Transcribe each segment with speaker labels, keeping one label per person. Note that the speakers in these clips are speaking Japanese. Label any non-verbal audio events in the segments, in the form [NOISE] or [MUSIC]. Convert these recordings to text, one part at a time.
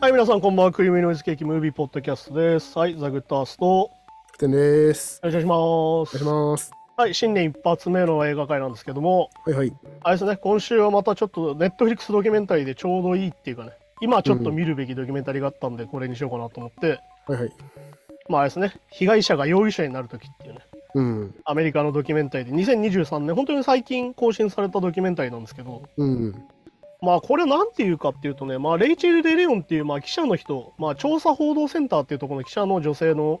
Speaker 1: はい、皆さん、こんばんは。クリームノイズケーキムービーポッドキャストです。はい、ザ・グッドアースト。よ
Speaker 2: てんです。
Speaker 1: ろしくお願い
Speaker 2: お
Speaker 1: します。
Speaker 2: 願いします。
Speaker 1: はい、新年一発目の映画会なんですけども、
Speaker 2: はいはい。
Speaker 1: あれですね、今週はまたちょっと、ネットフリックスドキュメンタリーでちょうどいいっていうかね、今ちょっと見るべきドキュメンタリーがあったんで、これにしようかなと思って、
Speaker 2: はいはい。
Speaker 1: まああれですね、被害者が容疑者になるときっていうね、
Speaker 2: うん。
Speaker 1: アメリカのドキュメンタリーで、2023年、本当に最近更新されたドキュメンタリーなんですけど、
Speaker 2: うん。
Speaker 1: まあこれなんていうかっていうとね、まあ、レイチェル・デ・レオンっていうまあ記者の人、まあ、調査報道センターっていうところの記者の女性の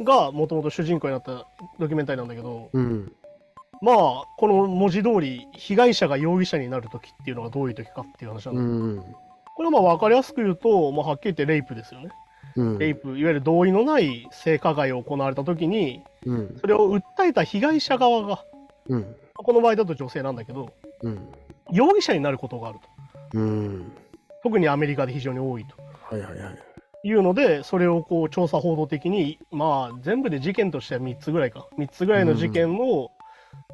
Speaker 1: がもともと主人公になったドキュメンタリーなんだけど、
Speaker 2: うん。
Speaker 1: まあこの文字通り被害者が容疑者になる時っていうのがどういう時かっていう話なん
Speaker 2: う
Speaker 1: だ、
Speaker 2: ん。
Speaker 1: これはまあ分かりやすく言うと、まあ、はっきり言ってレイプですよね。
Speaker 2: うん。
Speaker 1: レイプ、いわゆる同意のない性加害を行われた時に、
Speaker 2: うん。
Speaker 1: それを訴えた被害者側が、
Speaker 2: うん。
Speaker 1: この場合だと女性なんだけど、
Speaker 2: うん。
Speaker 1: 容疑者になることがあると。
Speaker 2: うん。
Speaker 1: 特にアメリカで非常に多いと。
Speaker 2: はいはいはい。
Speaker 1: いうので、それをこう調査報道的に、まあ、全部で事件としては3つぐらいか、3つぐらいの事件を、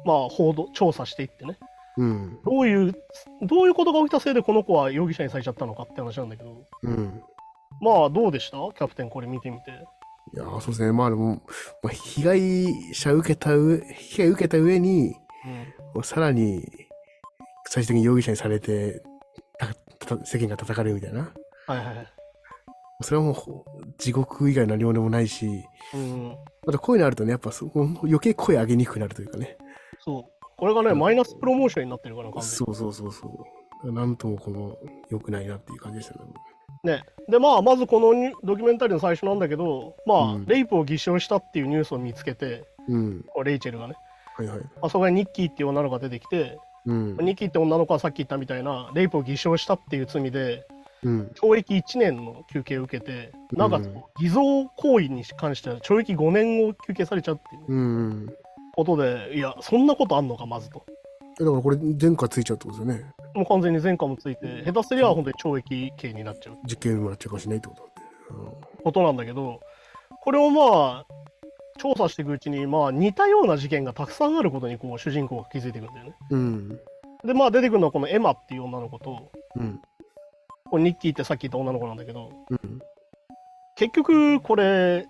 Speaker 1: まあ、報道、調査していってね、
Speaker 2: うん。
Speaker 1: どういう、どういうことが起きたせいで、この子は容疑者にされちゃったのかって話なんだけど、
Speaker 2: うん。
Speaker 1: まあ、どうでしたキャプテン、これ見てみて。
Speaker 2: いやーそうですね。まあでも、まあ、被害者受けた上、被害受けた上に、もうさらに、最終的に容疑者にされて、たた世間が叩かれるみたいな。
Speaker 1: はいはいはい。
Speaker 2: それはもうほ、地獄以外何もでもないし、
Speaker 1: うん、
Speaker 2: またこういうのあるとね、やっぱそ余計声上げにくくなるというかね。
Speaker 1: そう。これがね、マイナスプロモーションになってるから、完全に
Speaker 2: そうそうそうそう。なんともこの良くないなっていう感じでしたね。
Speaker 1: ね。で、まあ、まずこのニュドキュメンタリーの最初なんだけど、まあ、
Speaker 2: うん
Speaker 1: レイプを偽証したっていうニュースを見つけて、
Speaker 2: うん。
Speaker 1: こうレイチェルがね、
Speaker 2: はいはい。
Speaker 1: あそこにニッキーっていう女の子が出てきて、
Speaker 2: うん。
Speaker 1: ニキって女の子はさっき言ったみたいな、レイプを偽証したっていう罪で、
Speaker 2: うん。
Speaker 1: 懲役1年の求刑を受けて、なおかつ
Speaker 2: うん
Speaker 1: 偽造行為に関しては、懲役5年を求刑されちゃうっていう
Speaker 2: うん。だ
Speaker 1: ことで、いや、そんなことあんのか、まずと。
Speaker 2: からこれ、前科ついちゃうってことですよね。
Speaker 1: もう完全に前科もついて、下手すりゃ本当に懲役刑になっちゃう
Speaker 2: 実刑もらっちゃうかもしれないってことだって。
Speaker 1: ことなんだけど、これをまあ、調査していくうちに、まあ、似たような事件がたくさんあることにこう主人公が気づいていくんだよね。
Speaker 2: うん。
Speaker 1: で、まあ、出てくるのはこのエマっていう女の子と、
Speaker 2: うん。
Speaker 1: このニッキーってさっき言った女の子なんだけど、
Speaker 2: うん。
Speaker 1: 結局これ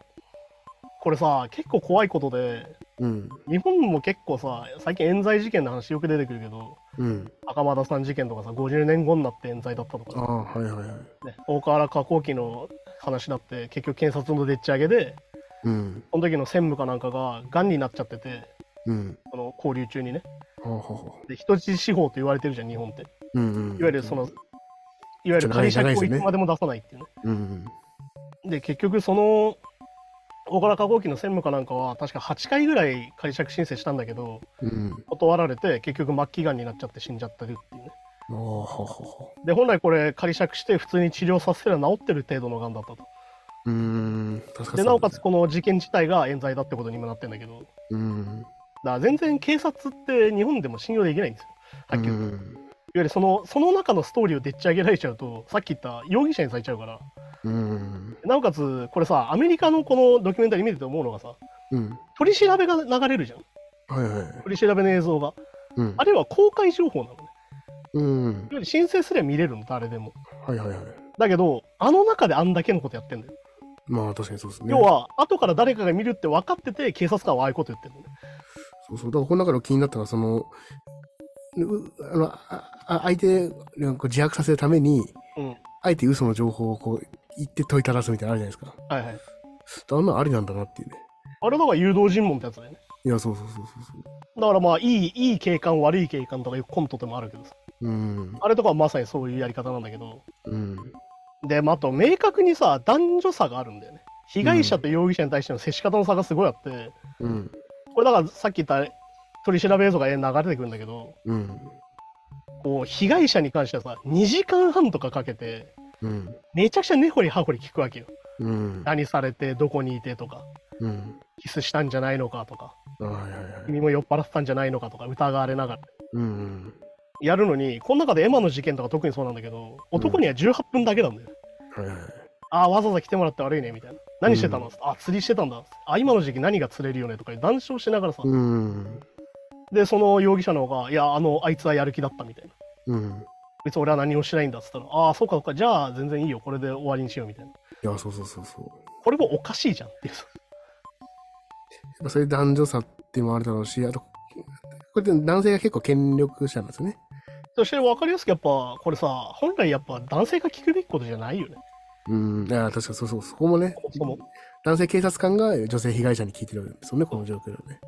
Speaker 1: これさ結構怖いことで
Speaker 2: うん。
Speaker 1: 日本も結構さ最近冤罪事件の話よく出てくるけど
Speaker 2: うん。
Speaker 1: 袴田さん事件とかさ50年後になって冤罪だったと
Speaker 2: あ
Speaker 1: か、
Speaker 2: あ、はいはいはい。
Speaker 1: ね、大河原加工機の話だって結局検察のでっち上げで
Speaker 2: うん。
Speaker 1: その時の専務かなんかががんになっちゃってて
Speaker 2: うん。
Speaker 1: その交留中にね
Speaker 2: はあはあはあ。
Speaker 1: で人質司法と言われてるじゃん日本ってい
Speaker 2: うんうん。
Speaker 1: わゆるその、いわゆる会社
Speaker 2: 長い
Speaker 1: にこ
Speaker 2: 長いです
Speaker 1: う
Speaker 2: よ
Speaker 1: い
Speaker 2: ね
Speaker 1: つまでも出さないっていうね
Speaker 2: うん。
Speaker 1: で結局その大原化合機の専務かなんかは確か8回ぐらい仮釈申請したんだけど
Speaker 2: うん。
Speaker 1: 断られて結局末期がんになっちゃって死んじゃってるっていうね
Speaker 2: ああ、はあはあはあ。
Speaker 1: で本来これ仮釈して普通に治療させれば治ってる程度のがんだったと
Speaker 2: うん。確か
Speaker 1: でなおかつこの事件自体が冤罪だってことにもなってんだけどだか
Speaker 2: うん。
Speaker 1: ら全然警察って日本でも信用できないんですよはっきり言ういわ
Speaker 2: うん。
Speaker 1: ゆるそのその中のストーリーをでっち上げられちゃうとさっき言った容疑者にされちゃうから
Speaker 2: うん。
Speaker 1: なおかつこれさアメリカのこのドキュメンタリー見てて思うのがさ
Speaker 2: うん。
Speaker 1: 取り調べが流れるじゃん
Speaker 2: はいはい。
Speaker 1: 取り調べの映像が
Speaker 2: うん
Speaker 1: あ。るいは公開情報なのね。
Speaker 2: うん
Speaker 1: い。わゆる申請すれば見れるの、誰でも。
Speaker 2: はいはいはい。
Speaker 1: だけど、あの中であんだけのことやってんだよ。
Speaker 2: まあ確かにそうですね。
Speaker 1: 要は、後から誰かが見るって分かってて、警察官はああいうこと言ってるのね。
Speaker 2: そうそう。だから、この中の気になったのは、その、うあの、ああ相手なんか自白させるために、
Speaker 1: う
Speaker 2: あえて嘘の情報をこう、言って問いただすみたいなのあるじゃないで
Speaker 1: ん。はいはい。
Speaker 2: すか。あんなのありなんだなっていうね。
Speaker 1: あれだから誘導尋問ってやつだよね。
Speaker 2: いや、そうそうそうそうそ
Speaker 1: だからまあ、いい、いい警官、悪い警官とかいうコントでもあるけどさ。
Speaker 2: う。うん。
Speaker 1: あれとかはまさにそういうやり方なんだけど。
Speaker 2: うん。
Speaker 1: で、まあ、あと、明確にさ、男女差があるんだよね。被害者と容疑者に対しての接し方の差がすごいあって、
Speaker 2: うん。
Speaker 1: これだからさっき言った取り調べ映像が流れてくるんだけど、
Speaker 2: うん。
Speaker 1: こう、被害者に関してはさ、2時間半とかかけて、
Speaker 2: うん。
Speaker 1: めちゃくちゃ根掘り葉掘り聞くわけよ。
Speaker 2: うん。
Speaker 1: 何されて、どこにいてとか、
Speaker 2: うん。
Speaker 1: キスしたんじゃないのかとか、
Speaker 2: あはいはいはい。
Speaker 1: 君も酔っ払ってたんじゃないのかとか、疑われながら
Speaker 2: うん。
Speaker 1: やるのに、この中でエマの事件とか特にそうなんだけど、男には18分だけなんだよ。
Speaker 2: はいはい。
Speaker 1: ああ、わざわざ来てもらって悪いねみたいな。何してたの、
Speaker 2: う
Speaker 1: あ釣りしてたんだ。あ今の時期何が釣れるよねとか談笑しながらさ、
Speaker 2: うん。
Speaker 1: で、その容疑者の方が、いや、あの、あいつはやる気だったみたいな。
Speaker 2: うん。
Speaker 1: 別に俺は何もしないんだっつったら、ああ、そうかそうか、じゃあ全然いいよ、これで終わりにしようみたいな。
Speaker 2: いや、そうそうそうそう。
Speaker 1: これもおかしいじゃんっていう。
Speaker 2: やっぱそういう男女差っていうのもあるだろうし、あと、これで男性が結構権力者なんですよね。
Speaker 1: そして分かりやすくやっぱ、これさ、本来やっぱ男性が聞くべきことじゃないよね。
Speaker 2: うん、いや確かにそうそう、そこもね、
Speaker 1: そも
Speaker 2: 男性警察官が女性被害者に聞いてるわけですよね、この状況でね。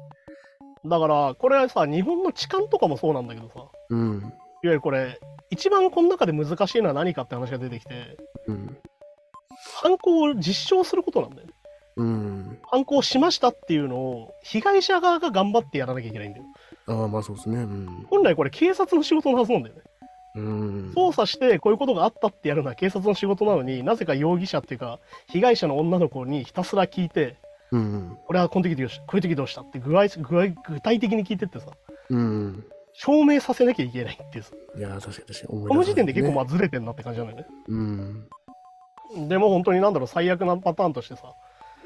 Speaker 1: だから、これはさ、日本の痴漢とかもそうなんだけどさ、いわ
Speaker 2: うん、
Speaker 1: ゆるこれ、一番この中で難しいのは何かって話が出てきて、
Speaker 2: うん、
Speaker 1: 犯行を実証することなんだよね。
Speaker 2: うん。
Speaker 1: 犯行しましたっていうのを、被害者側が頑張ってやらなきゃいけないんだよ。
Speaker 2: ああ、まあそうですね。うん。
Speaker 1: 本来これ警察の仕事のはずなんだよね。
Speaker 2: うん。
Speaker 1: 捜査してこういうことがあったってやるのは警察の仕事なのになぜか容疑者っていうか被害者の女の子にひたすら聞いて
Speaker 2: うん。
Speaker 1: 俺はこの時どうしこういう時どうしたって具合具合具体的に聞いてってさ
Speaker 2: うん。
Speaker 1: 証明させなきゃいけないっていうさ
Speaker 2: いや、確かに確かに思い出
Speaker 1: この時点で結構ま
Speaker 2: っ
Speaker 1: あずれてんなって感じなのよね
Speaker 2: うん。
Speaker 1: でも本当になんだろう最悪なパターンとしてさ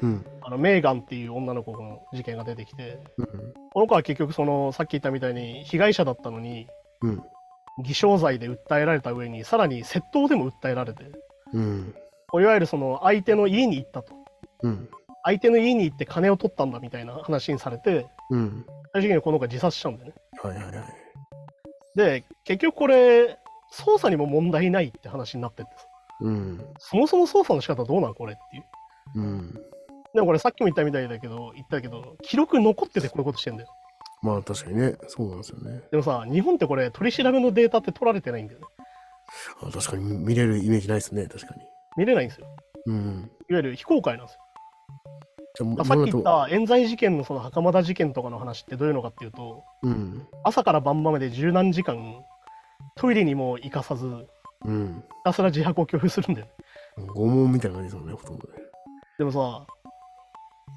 Speaker 2: うん。
Speaker 1: あのメーガンっていう女の子の事件が出てきて
Speaker 2: うん。
Speaker 1: この子は結局そのさっき言ったみたいに被害者だったのに
Speaker 2: うん。
Speaker 1: 偽証罪で訴えられた上にさらに窃盗でも訴えられて
Speaker 2: うん。
Speaker 1: こういわゆるその相手の家に行ったと
Speaker 2: うん。
Speaker 1: 相手の家に行って金を取ったんだみたいな話にされて
Speaker 2: うん。
Speaker 1: 最終的にこの子が自殺しちゃうんだよね
Speaker 2: はいはいはい。
Speaker 1: で結局これ捜査にも問題ないって話になってってさ
Speaker 2: うん。
Speaker 1: そもそも捜査の仕方どうなんこれっていう
Speaker 2: うん。
Speaker 1: でもこれさっきも言ったみたいだけど言ったけど記録残っててこういうことしてんだよ
Speaker 2: まあ確かにね、そうなんですよね。
Speaker 1: でもさ日本ってこれ取り調べのデータって取られてないんだよね
Speaker 2: あ確かに見れるイメージないですね、確かに。
Speaker 1: 見れないんですよ
Speaker 2: うん。
Speaker 1: いわゆる非公開なんですよ
Speaker 2: じゃあ、
Speaker 1: だからさっき言っ。た冤罪事件のその袴田事件とかの話ってどういうのかっていうと
Speaker 2: うん。
Speaker 1: 朝から晩まで十何時間トイレにも行かさずひ
Speaker 2: うん。
Speaker 1: たすら自白を拒否するんだよね
Speaker 2: 拷問みたいな感じですもんね、ほとんどね。
Speaker 1: でもさ、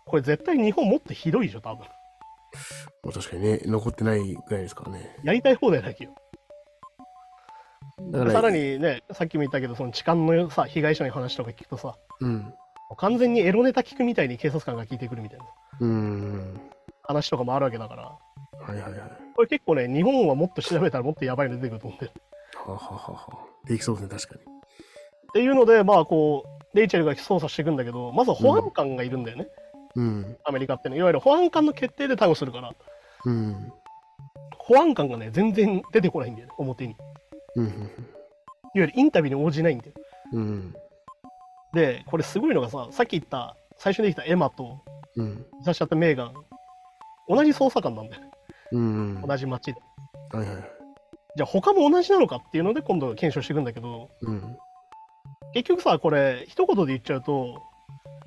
Speaker 1: これ絶対日本もっとひどいでしょ、多分。
Speaker 2: まあ確かにね、残ってないぐらいですからね。
Speaker 1: やりたい放題だけよ。
Speaker 2: だ
Speaker 1: で
Speaker 2: から、
Speaker 1: さらにね、さっきも言ったけど、その痴漢のさ、被害者の話とか聞くとさ、
Speaker 2: うん。
Speaker 1: 完全にエロネタ聞くみたいに警察官が聞いてくるみたいな
Speaker 2: うん。
Speaker 1: 話とかもあるわけだから、
Speaker 2: はいはいはい。は
Speaker 1: これ結構ね、日本はもっと調べたらもっとやばいの出てくると思ってる。
Speaker 2: あはあはあはあ。できそうですね、確かに。
Speaker 1: っていうので、まあこう、レイチェルが捜査していくんだけど、まず保安官がいるんだよね、
Speaker 2: うん。
Speaker 1: アメリカってね。いわゆる保安官の決定で逮捕するから、
Speaker 2: うん。
Speaker 1: 保安官がね、全然出てこないんだよね、表に。いわ
Speaker 2: うん。
Speaker 1: ゆるインタビューに応じないんだよ。
Speaker 2: うん。
Speaker 1: でこれすごいのがささっき言った最初にできたエマと
Speaker 2: うん。
Speaker 1: 自殺しちゃったメーガン同じ捜査官なんだよね
Speaker 2: うん。は
Speaker 1: 同じ町で
Speaker 2: いはいはい。
Speaker 1: じゃあ他も同じなのかっていうので今度検証していくんだけど
Speaker 2: うん。
Speaker 1: 結局さこれ一言で言っちゃうと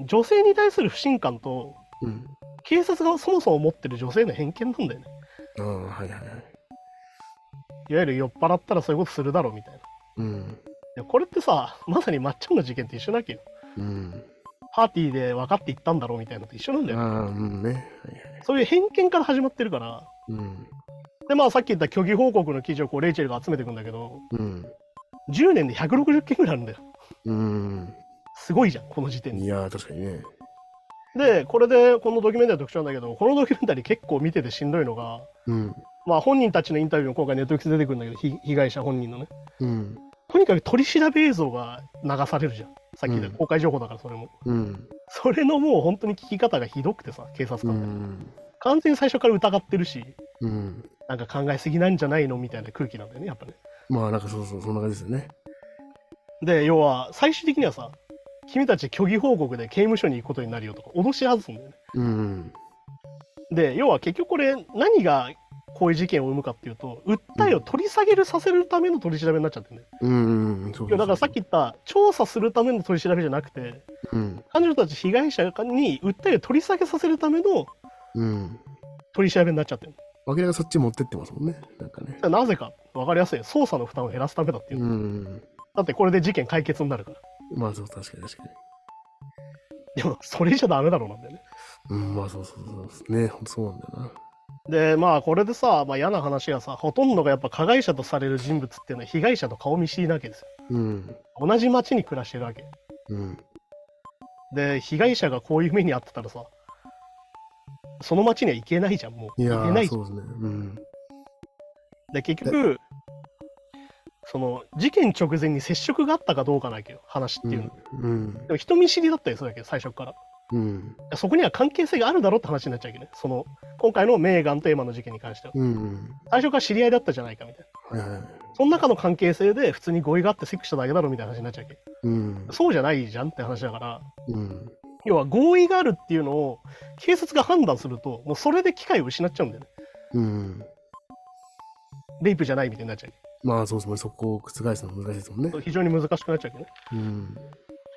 Speaker 1: 女性に対する不信感と
Speaker 2: うん。
Speaker 1: 警察がそもそも持ってる女性の偏見なんだよね
Speaker 2: ああ、はいはいはい。
Speaker 1: いわゆる酔っ払ったらそういうことするだろうみたいな
Speaker 2: うん。
Speaker 1: でこれってさまさにまっちゃんの事件と一緒なわけよ
Speaker 2: うん。
Speaker 1: パーティーで分かっていったんだろうみたいなのと一緒なんだよ、ね、
Speaker 2: ああ、うんね。はいはい。
Speaker 1: そういう偏見から始まってるから
Speaker 2: うん。
Speaker 1: でまあさっき言った虚偽報告の記事をこうレイチェルが集めていくんだけど
Speaker 2: うん。
Speaker 1: 10年で160件ぐらいあるんだよ。
Speaker 2: うん。
Speaker 1: すごいじゃん、この時点で。
Speaker 2: いやー、確かにね。
Speaker 1: で、これでこのドキュメンタリーの特徴なんだけど、このドキュメンタリー結構見ててしんどいのが、
Speaker 2: うん。
Speaker 1: まあ本人たちのインタビューも今回ネットフリックス出てくるんだけど、ひ被害者本人のね。
Speaker 2: うん。
Speaker 1: とにかく取り調べ映像が流されるじゃん。さっき言っ
Speaker 2: うん
Speaker 1: た公開情報だからそれも。
Speaker 2: うん。
Speaker 1: それのもう本当に聞き方がひどくてさ、警察
Speaker 2: う
Speaker 1: 官って。
Speaker 2: ん。
Speaker 1: 完全に最初から疑ってるし、
Speaker 2: うん。
Speaker 1: なんか考えすぎなんじゃないのみたいな空気なんだよね、やっぱね。
Speaker 2: まあ、なんかそうそう、そんな感じですよね。
Speaker 1: で、要は最終的にはさ、君たち虚偽報告で刑務所に行くことになるよとか、脅し外すんだよね。
Speaker 2: うん。
Speaker 1: で要は結局これ何がこういう事件を生むかっていうと訴えを取り下げるさせるための取り調べになっちゃってるね、
Speaker 2: うん。そうそう
Speaker 1: いやだからさっき、言った調査するための取り調べじゃなくて
Speaker 2: うん。
Speaker 1: 彼女たち被害者に訴えを取り下げさせるための
Speaker 2: うん。
Speaker 1: 取り調べになっちゃってる
Speaker 2: 明らかにそっち持ってってますもんね。なんかね
Speaker 1: そ。れはなぜか分かりやすい捜査の負担を減らすためだっていう、
Speaker 2: うん。
Speaker 1: だってこれで事件解決になるから
Speaker 2: まあ、そう、確かに確かに。
Speaker 1: でもそれじゃダメだろうなんだよね
Speaker 2: うん、まあ、そうそうそうそう。ね、ほんとそうなんだよな。
Speaker 1: でまあこれでさ、まあ、嫌な話がさほとんどがやっぱ加害者とされる人物っていうのは被害者と顔見知りなわけですよ
Speaker 2: うん。
Speaker 1: 同じ町に暮らしてるわけ
Speaker 2: うん。
Speaker 1: で被害者がこういう目に遭ってたらさその町には行けないじゃんもう
Speaker 2: いや
Speaker 1: 行けないじゃ
Speaker 2: ー、そ
Speaker 1: ん
Speaker 2: うですね。うん。
Speaker 1: で結局その事件直前に接触があったかどうかなわけよ話っていうの、
Speaker 2: うん
Speaker 1: でも人見知りだったりするわけよ最初からい
Speaker 2: うん
Speaker 1: やそこには関係性があるだろうって話になっちゃうわけねその今回のメーガンとエマの事件に関しては
Speaker 2: うん
Speaker 1: 最初から知り合いだったじゃないかみたいな
Speaker 2: はいはい
Speaker 1: その中の関係性で普通に合意があってセックスしただけだろみたいな話になっちゃうわけ
Speaker 2: うん
Speaker 1: そうじゃないじゃんって話だから
Speaker 2: うん
Speaker 1: 要は合意があるっていうのを警察が判断するともうそれで機会を失っちゃうんだよね
Speaker 2: うん
Speaker 1: レイプじゃないみたいになっちゃ
Speaker 2: まあそうですねそこを覆すの難しいですもんね
Speaker 1: う非常に難しくなっちゃうわけね
Speaker 2: うん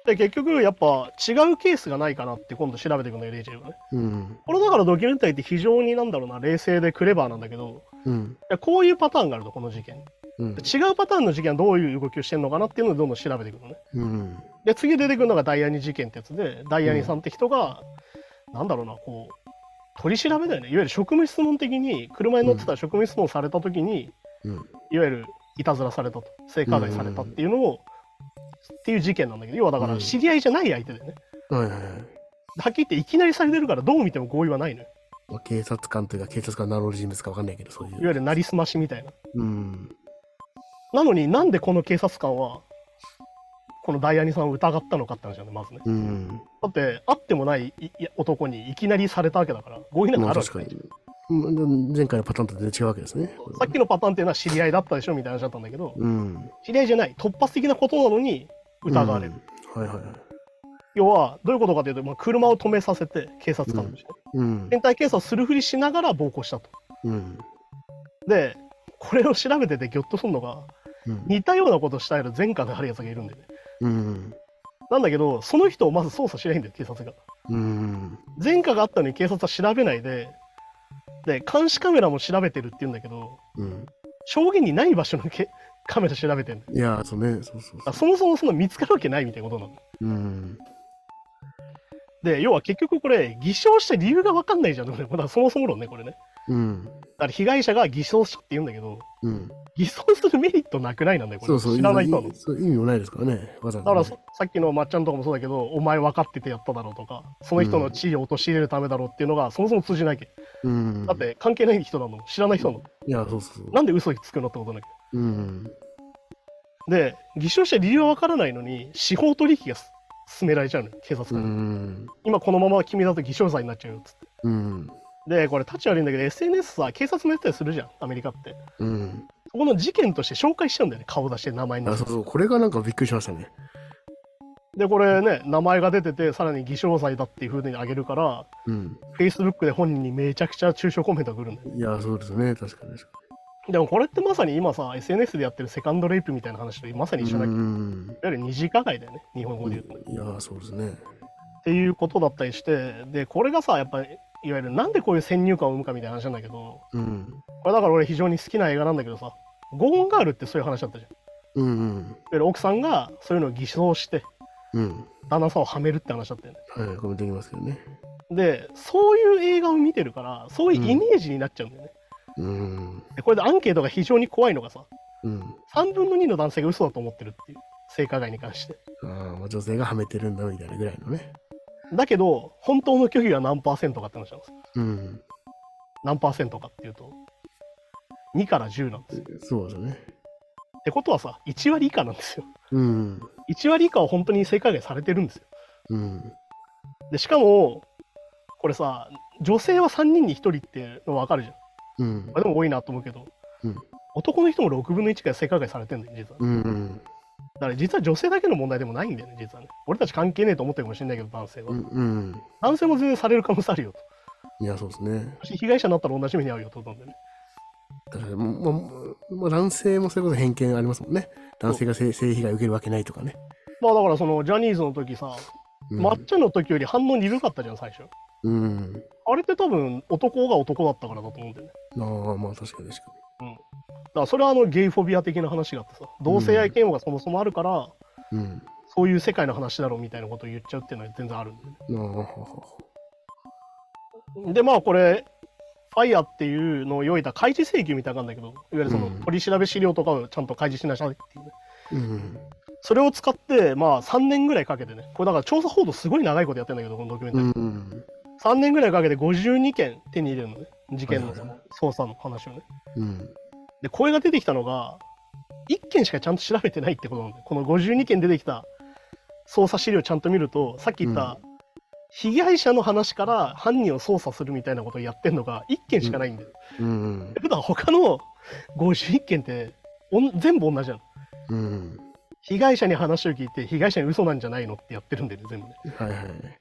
Speaker 1: で結局やっぱ違うケースがないかなって今度調べていくのよレイチェルがね
Speaker 2: うん
Speaker 1: これだからドキュメンタリーって非常になんだろうな冷静でクレバーなんだけど
Speaker 2: うん
Speaker 1: いやこういうパターンがあるとこの事件
Speaker 2: うん
Speaker 1: 違うパターンの事件はどういう動きをしてるのかなっていうのをどんどん調べていくのね
Speaker 2: うん
Speaker 1: で次出てくるのがダイアニ事件ってやつでダイアニさんって人が、なんだろうなこう取り調べだよねいわゆる職務質問的に車に乗ってたら職務質問された時に、
Speaker 2: うん
Speaker 1: いわゆるいたずらされたと性加害されたっていうのを、っていう事件なんだけど要はだか
Speaker 2: う
Speaker 1: ら
Speaker 2: ん
Speaker 1: 知り合いじゃない相手だよね、
Speaker 2: はいはいはい
Speaker 1: はっきり言っていきなりされてるからどう見ても合意はないのよ
Speaker 2: まあ警察官というか警察官を名乗る人物かわかんないけどそうい
Speaker 1: いわゆ
Speaker 2: う
Speaker 1: るなりすましみたいな
Speaker 2: うん
Speaker 1: なのになんでこの警察官はこのダイアニさんを疑ったのかって話なんだよねまずね
Speaker 2: うん
Speaker 1: だって会ってもないいいや男にいきなりされたわけだから合意なんか
Speaker 2: ま
Speaker 1: あ
Speaker 2: あ
Speaker 1: るわけ
Speaker 2: 確かにうん前回のパターンと全然違うわけですね
Speaker 1: さっきのパターンっていうのは知り合いだったでしょみたいな話だったんだけど、
Speaker 2: うん
Speaker 1: 知り合いじゃない、突発的なことなのに疑われる。
Speaker 2: うんはいはいはい
Speaker 1: 要は、どういうことかというと、まあ、車を止めさせて、警察官として、
Speaker 2: うん
Speaker 1: 連帯検査をするふりしながら暴行したと。
Speaker 2: うん
Speaker 1: で、これを調べててぎょっとするのが、
Speaker 2: うん
Speaker 1: 似たようなことしたいる前科があるやつがいるんでね。
Speaker 2: うん
Speaker 1: なんだけど、その人をまず捜査しないんだよ、警察が。
Speaker 2: うん
Speaker 1: 前科があったのに警察は調べないで、で、監視カメラも調べてるって言うんだけど、
Speaker 2: うん
Speaker 1: 証言にない場所のけカメラ調べてるんだよ
Speaker 2: いやーそうねそうそうそ
Speaker 1: あそもそもそんな見つかるわけないみたいなことなの。
Speaker 2: ううん
Speaker 1: で、要は結局これ、偽証した理由が分かんないじゃん、これ。 [LAUGHS] まだそもそも論ね、これね。
Speaker 2: うん
Speaker 1: だから被害者が偽証したって言うんだけど、
Speaker 2: うん
Speaker 1: 偽装するメリットなくないなんだよ、これ。
Speaker 2: そうそう
Speaker 1: 知らない人の。
Speaker 2: 意
Speaker 1: だ
Speaker 2: 味そう意味もないですからねわざ
Speaker 1: から
Speaker 2: わざ
Speaker 1: そ
Speaker 2: ね
Speaker 1: さっきのまっちゃんとかもそうだけど、お前分かっててやっただろうとか、その人の地位を陥れるためだろうっていうのが、そもそも通じないけ、
Speaker 2: うん
Speaker 1: だって関係ない人なの、知らない人なの、
Speaker 2: いやそうそうそ
Speaker 1: なんで嘘つくのってことだけ
Speaker 2: ううん
Speaker 1: ど。で、偽証した理由は分からないのに、司法取引がす進められちゃうのよ、警察
Speaker 2: う
Speaker 1: 官に。
Speaker 2: ん
Speaker 1: 今このまま君だと偽証罪になっちゃうよっつって。
Speaker 2: うん
Speaker 1: で、これ、立ち悪いんだけど、SNS さ、警察もやったりするじゃん、アメリカって。
Speaker 2: うん
Speaker 1: そこの事件として紹介しちゃうんだよね、顔出して名前に
Speaker 2: あそうそうこれがなんかびっくりしましたね
Speaker 1: で、これね、名前が出てて、さらに偽証罪だっていう風に挙げるから、
Speaker 2: うん。
Speaker 1: Facebook で本人にめちゃくちゃ中傷コメントが来るんだよ。
Speaker 2: いや、そうですね。確かに。確か
Speaker 1: でもこれってまさに今さ、SNS でやってるセカンドレイプみたいな話とまさに
Speaker 2: に
Speaker 1: 一緒だけど、いわ
Speaker 2: うん。
Speaker 1: ゆる二次加害だよね、日本語で言うと。っ
Speaker 2: いや、そうですね。
Speaker 1: ていうことだったりして、で、これがさ、やっぱり、いわゆるなんでこういう先入観を生むかみたいな話なんだけど、
Speaker 2: うん。
Speaker 1: これだから俺非常に好きな映画なんだけどさ、ゴーンガールってそういう話だったじゃん。いわ
Speaker 2: うんうん。
Speaker 1: ゆる奥さんがそういうのを偽装して、
Speaker 2: うん。
Speaker 1: 旦那さんをはめるって話だったよね。
Speaker 2: はい、コメントできますけどね。
Speaker 1: でそういう映画を見てるからそういうイメージになっちゃうんだよね、
Speaker 2: うん。
Speaker 1: でこれでアンケートが非常に怖いのがさ
Speaker 2: うん。
Speaker 1: 3分の2の男性が嘘だと思ってるっていう性加害に関して
Speaker 2: あーまあ、女性がはめてるんだみたいなぐらいのね。
Speaker 1: だけど本当の拒否は何パーセントかって話なんですよ
Speaker 2: うん。
Speaker 1: 何パーセントかっていうと2から10なんですよ
Speaker 2: そうですね。
Speaker 1: ってことはさ1割以下なんですよ
Speaker 2: うん。
Speaker 1: 1割以下は本当に性加害されてるんですよ
Speaker 2: うん。
Speaker 1: でしかもこれさ女性は3人に1人っていうの分かるじゃん
Speaker 2: うん
Speaker 1: まあ。でも多いなと思うけど、
Speaker 2: うん
Speaker 1: 男の人も6分の1から性加害されてるんだよ実は
Speaker 2: うん。
Speaker 1: だから実は女性だけの問題でもないんだよね、実はね。俺たち関係ねえと思ってるかもしれないけど、男性は。
Speaker 2: うん。うん。
Speaker 1: 男性も全然される可能性あるよと。
Speaker 2: いや、そうですね。
Speaker 1: もし被害者になったら同じ目に遭うよってことなんだよね。
Speaker 2: 確かに、まあ、まあ、男性もそれこそ偏見ありますもんね。男性が性性被害受けるわけないとかね。
Speaker 1: まあだからそのジャニーズの時さ、
Speaker 2: うん
Speaker 1: 抹茶の時より反応鈍かったじゃん、最初。
Speaker 2: うん。
Speaker 1: あれって多分男が男だったからだと思うんだよね。
Speaker 2: ああ、まあ、確かに確か
Speaker 1: だからそれはあのゲイフォビア的な話があってさ、同性愛嫌悪がそもそもあるから、
Speaker 2: に。うん。
Speaker 1: そういう世界の話だろうみたいなことを言っちゃうっていうのは全然あるんだよね。
Speaker 2: ああ。
Speaker 1: でまあこれファイアっていうのを用意した開示請求みたいなのがあるんだけどいわゆるその
Speaker 2: うん
Speaker 1: 取り調べ資料とかをちゃんと開示しなさいっていうね、
Speaker 2: うん。
Speaker 1: それを使ってまあ3年ぐらいかけてねこれだから調査報道すごい長いことやってんだけどこのドキュメンタ
Speaker 2: う
Speaker 1: リー、
Speaker 2: ん。
Speaker 1: 3年ぐらいかけて52件手に入れるのね事件の
Speaker 2: はいはい
Speaker 1: 捜査の話をね
Speaker 2: うん。
Speaker 1: でこれが出てきたのが1件しかちゃんと調べてないってことなんだよこの52件出てきた捜査資料ちゃんと見るとさっき言った、被害者の話から犯人を捜査するみたいなことをやってんのが1件しかないんだよ、
Speaker 2: うん
Speaker 1: 普段他の51件っておん全部同じじゃん
Speaker 2: うんうん
Speaker 1: 被害者に話を聞いて被害者に嘘なんじゃないのってやってるんだよね全部ね
Speaker 2: はいはい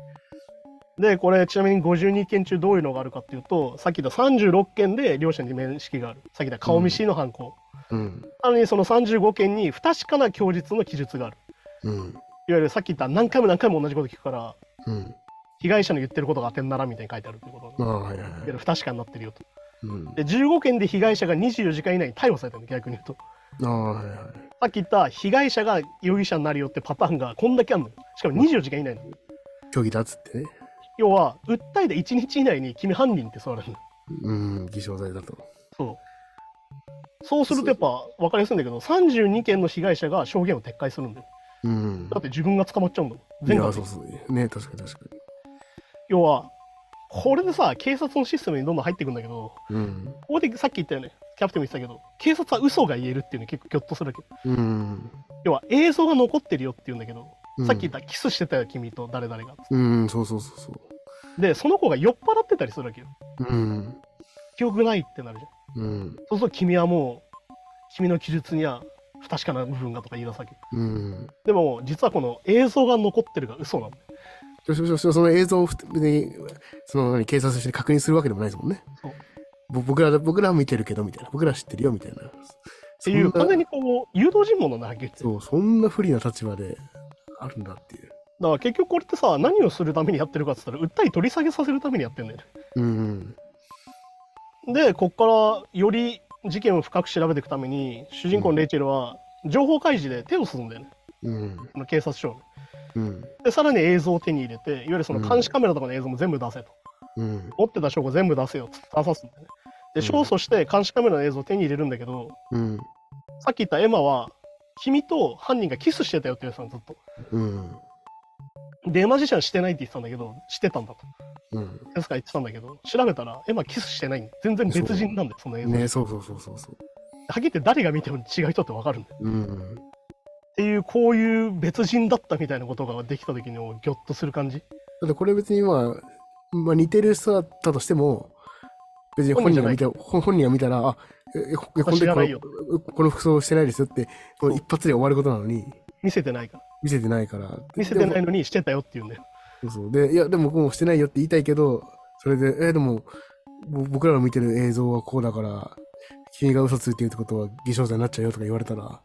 Speaker 1: でこれちなみに52件中どういうのがあるかっていうとさっき言った36件で両者に面識があるさっき言った顔見知りの犯行、
Speaker 2: うん
Speaker 1: なのにその35件に不確かな供述の記述がある
Speaker 2: うん
Speaker 1: いわゆるさっき言った何回も何回も同じこと聞くから
Speaker 2: うん
Speaker 1: 被害者の言ってることが当てんならみたいに書いてあるってことなんだ
Speaker 2: ま
Speaker 1: いわ
Speaker 2: あはいはいは
Speaker 1: ゆ
Speaker 2: い
Speaker 1: る不確かになってるよと
Speaker 2: うん
Speaker 1: で15件で被害者が24時間以内に逮捕されたんだ逆に言うと
Speaker 2: ああはいはい
Speaker 1: さっき言った被害者が容疑者になるよってパターンがこんだけあるのよしかも24時間以内なの
Speaker 2: 虚偽だっつってね
Speaker 1: 要は訴えた1日以内に君犯人ってそうなるの
Speaker 2: うん偽証罪だと
Speaker 1: そうそうするとやっぱ分かりやすいんだけど32件の被害者が証言を撤回するんだよ
Speaker 2: うん
Speaker 1: だって自分が捕まっちゃうんだもん
Speaker 2: い
Speaker 1: 全
Speaker 2: やそ
Speaker 1: 額
Speaker 2: うそうね確かに確か
Speaker 1: 要はこれでさ警察のシステムにどんどん入ってくんだけど
Speaker 2: にうん
Speaker 1: ここでさっき言ったよねキャプテンも言ってたけど警察は嘘が言えるっていうのに結構ギョッとするわけ
Speaker 2: うん
Speaker 1: 要は映像が残ってるよって言うんだけど、
Speaker 2: うん
Speaker 1: さっき言ったキスしてたよ君と誰々が
Speaker 2: うんそうそうそうそ
Speaker 1: でその子が酔っ払ってたりするわけよ
Speaker 2: ううん
Speaker 1: 記憶ないってなるじゃん
Speaker 2: うん
Speaker 1: そうすると君はもう君の記述には不確かな部分がとか言い出すわけ
Speaker 2: うん
Speaker 1: でも実はこの映像が残ってるが嘘なんだよ
Speaker 2: そそそその映像をふにその何警察として確認するわけでもないですもんね
Speaker 1: そう
Speaker 2: ぼ僕ら僕らは見てるけどみたいな僕らは知ってるよみたいなっ
Speaker 1: っていう完全に
Speaker 2: に
Speaker 1: こう誘導尋問なんだはっきり言ってだ
Speaker 2: そうそんな不利な立場であるんだっていう
Speaker 1: から結局これってさ何をするためにやってるかっつったら訴え取り下げさせるためにやってんだよね
Speaker 2: うん
Speaker 1: でここからより事件を深く調べていくために主人公のレイチェルは情報開示で手を進んだよね
Speaker 2: うん
Speaker 1: この警察署の
Speaker 2: うん
Speaker 1: でさらに映像を手に入れていわゆるその監視カメラとかの映像も全部出せと、
Speaker 2: うん
Speaker 1: 持ってた証拠全部出せよつって出さすんだよねで
Speaker 2: うん
Speaker 1: 勝訴して監視カメラの映像を手に入れるんだけど
Speaker 2: うん
Speaker 1: さっき言ったエマは君と犯人がキスしてたよって言われてたのずっ
Speaker 2: うん
Speaker 1: とでエマ自身はしてないって言ってたんだけどしてたんだと
Speaker 2: うん
Speaker 1: ですから言ってたんだけど調べたらエマキスしてないんだ全然別人なんだよその映像、
Speaker 2: ねそうそうそうそうそう
Speaker 1: はっきり言って誰が見ても違う人って分かるんだよ
Speaker 2: うん
Speaker 1: っていうこういう別人だったみたいなことができた時にもうギョッとする感じ
Speaker 2: だってこれ別にまあ、まあ、似てる人だったとしても、別に本人が見て、本本人が見たら、あ、え、えここの
Speaker 1: 知
Speaker 2: 時
Speaker 1: ら
Speaker 2: こ
Speaker 1: ないよ
Speaker 2: のこの服装してないですよって、この一発で終わることなのに、
Speaker 1: 見せてないから
Speaker 2: 見せてないから。
Speaker 1: 見せてない
Speaker 2: い。
Speaker 1: のにしてたよっていうんだよ
Speaker 2: そうそう。で、いや、でも僕もしてないよって言いたいけど、それで、え、でも、ぼ僕らの見てる映像はこうだから、君が嘘ついてるってことは偽証罪になっちゃうよとか言われたら、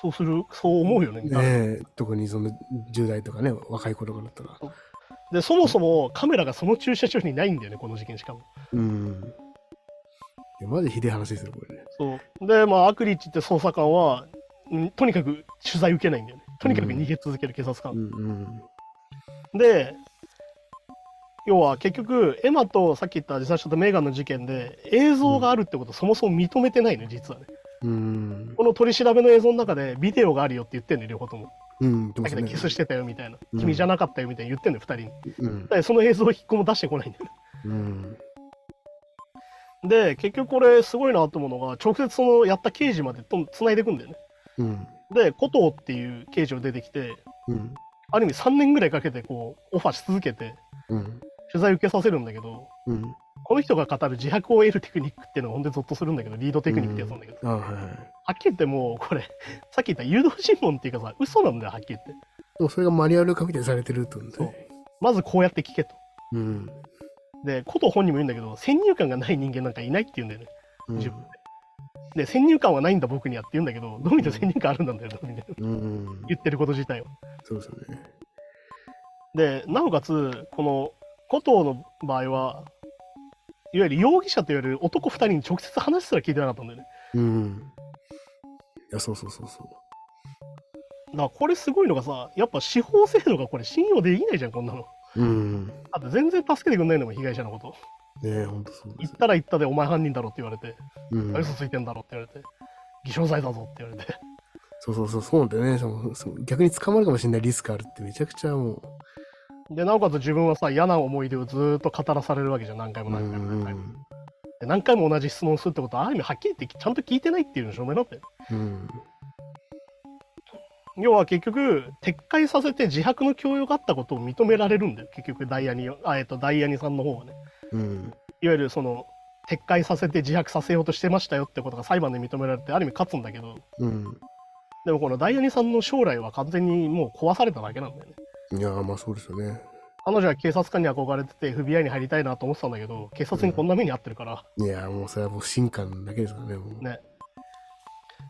Speaker 1: そうするそう思うよね
Speaker 2: ねえ、特にその10代とかね、若い頃とかだったら。
Speaker 1: でそもそもカメラがその駐車場にないんだよねこの事件しかも
Speaker 2: うん。いや、マジひでえ話ですよ、これね。
Speaker 1: そうでまあアクリッチって捜査官はんとにかく取材受けないんだよねとにかく逃げ続ける警察官、
Speaker 2: うんうん。
Speaker 1: で要は結局エマとさっき言った自殺者とメーガンの事件で映像があるってことをそもそも認めてないね実はね
Speaker 2: うん。
Speaker 1: この取り調べの映像の中でビデオがあるよって言ってんね両方とも
Speaker 2: うん。
Speaker 1: だ
Speaker 2: でも
Speaker 1: け
Speaker 2: そ
Speaker 1: ど
Speaker 2: れ
Speaker 1: キスしてたよみたいな、
Speaker 2: うん
Speaker 1: 君じゃなかったよみたいに言ってんね二人に
Speaker 2: うん
Speaker 1: だ。からその映像を一個も出してこないんだよね
Speaker 2: うん。
Speaker 1: [LAUGHS] で結局これすごいなと思うのが直接そのやった刑事までと繋いでいくんだよね
Speaker 2: うん。
Speaker 1: で古藤っていう刑事が出てきて
Speaker 2: うん。
Speaker 1: ある意味3年ぐらいかけてこうオファーし続けて
Speaker 2: うん。
Speaker 1: 取材受けさせるんだけど
Speaker 2: うん。
Speaker 1: この人が語る自白を得るテクニックっていうのは本当にゾッとするんだけどリードテクニックってやつなんだけど、
Speaker 2: あはいはい。
Speaker 1: はっきり言ってもうこれ [LAUGHS] さっき言った誘導尋問っていうかさ嘘なんだよはっきり言って
Speaker 2: でもそれがマニュアル確定されてるってことね。
Speaker 1: まずこうやって聞けと
Speaker 2: うん。
Speaker 1: で古藤本人も言うんだけど先入観がない人間なんかいないって言うんだよね
Speaker 2: うん
Speaker 1: 自分でで先入観はないんだ僕にはって言うんだけどどう見ても先入観あるんだよなみたいな
Speaker 2: うん。
Speaker 1: 言ってること自体は
Speaker 2: そうですよね。
Speaker 1: でなおかつこの古藤の場合はいわゆる容疑者といわれる男2人に直接話すら聞いてなかったんだよね
Speaker 2: うん。いや、そうそうそうそう。
Speaker 1: だからこれすごいのがさやっぱ司法制度がこれ信用できないじゃんこんなの
Speaker 2: うん。ね
Speaker 1: だって全然助けてくんないのもん被害者のこと
Speaker 2: え、ほんとそうで
Speaker 1: 言っ
Speaker 2: す。
Speaker 1: たら言ったでお前犯人だろって言われて、
Speaker 2: うん。
Speaker 1: 嘘ついてんだろって言われて偽証罪だぞって言われて
Speaker 2: そうそうそう、そうだよね。そのその逆に捕まるかもしれないリスクあるってめちゃくちゃもう。
Speaker 1: でなおかつ自分はさ嫌な思い出をずーっと語らされるわけじゃん何回も
Speaker 2: う
Speaker 1: 何回も何回も、
Speaker 2: ん。
Speaker 1: で何回も同じ質問するってことは、ある意味はっきり言ってちゃんと聞いてないっていうの証明なんだよ。
Speaker 2: うん。
Speaker 1: 要は結局、撤回させて自白の強要があったことを認められるんだよ。結局、ダイアニ、あえっと、ダイアニさんの方はね。
Speaker 2: うん。
Speaker 1: いわゆるその、撤回させて自白させようとしてましたよってことが裁判で認められて、ある意味勝つんだけど、
Speaker 2: うん。
Speaker 1: でもこのダイアニさんの将来は完全にもう壊されただけなんだよね。
Speaker 2: いやー、まあそうですよね。
Speaker 1: 彼女は警察官に憧れてて FBI に入りたいなと思ってたんだけど警察にこんな目に遭ってるから、
Speaker 2: いやー、もうそれはもう新感だけですからね。もう
Speaker 1: ね